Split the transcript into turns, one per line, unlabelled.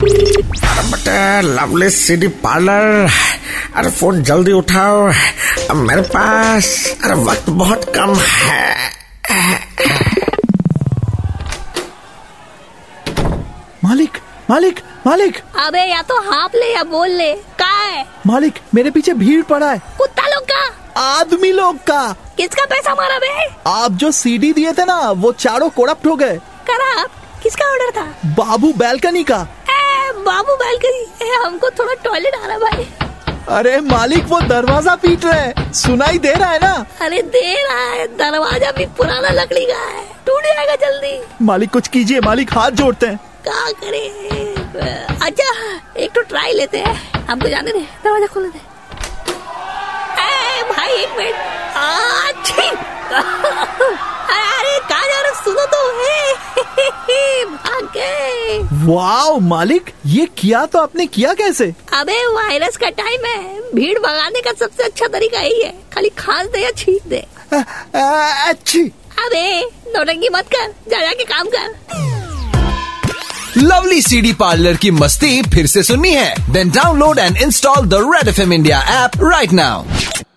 अरे बटे lovely city parlour अरे फोन जल्दी उठाओ अब मेरे पास अरे वक्त बहुत कम है
मालिक मालिक मालिक
अबे या तो हाँप ले या बोल ले का है
मालिक मेरे पीछे भीड़ पड़ा है
कुत्ता लोग का
आदमी लोग का
किसका पैसा मारा बे
आप जो सीडी दिए थे ना वो चारों कोड़प्ट हो गए
खराब किसका ऑर्डर था
बाबू बैल्कनी का
ए बाबू बालकनी ए, हमको थोड़ा टॉयलेट आना भाई
अरे मालिक वो दरवाजा पीट रहे हैं सुनाई दे रहा है ना
अरे दे रहा है दरवाजा भी पुराना लकड़ी का है टूट जाएगा जल्दी
मालिक कुछ कीजिए मालिक हाथ जोड़ते हैं
क्या करे अच्छा एक तो ट्राई लेते हैं हमको जाने दे दरवाजा खोल दे ए, भाई एक मिनट आ, छी! अरे अरे, कहाँ जा रहे हो? सुनो तो ए, भाग गए
वाओ मालिक ये किया तो आपने किया कैसे
अबे वायरस का टाइम है भीड़ भगाने का सबसे अच्छा तरीका यही है खाली खांस दे या छींक दे
अ- अ- अच्छी
अबे नौटंकी मत कर जा जाके काम कर
लवली सीडी पार्लर की मस्ती फिर से सुननी है then download and install the red F India app right now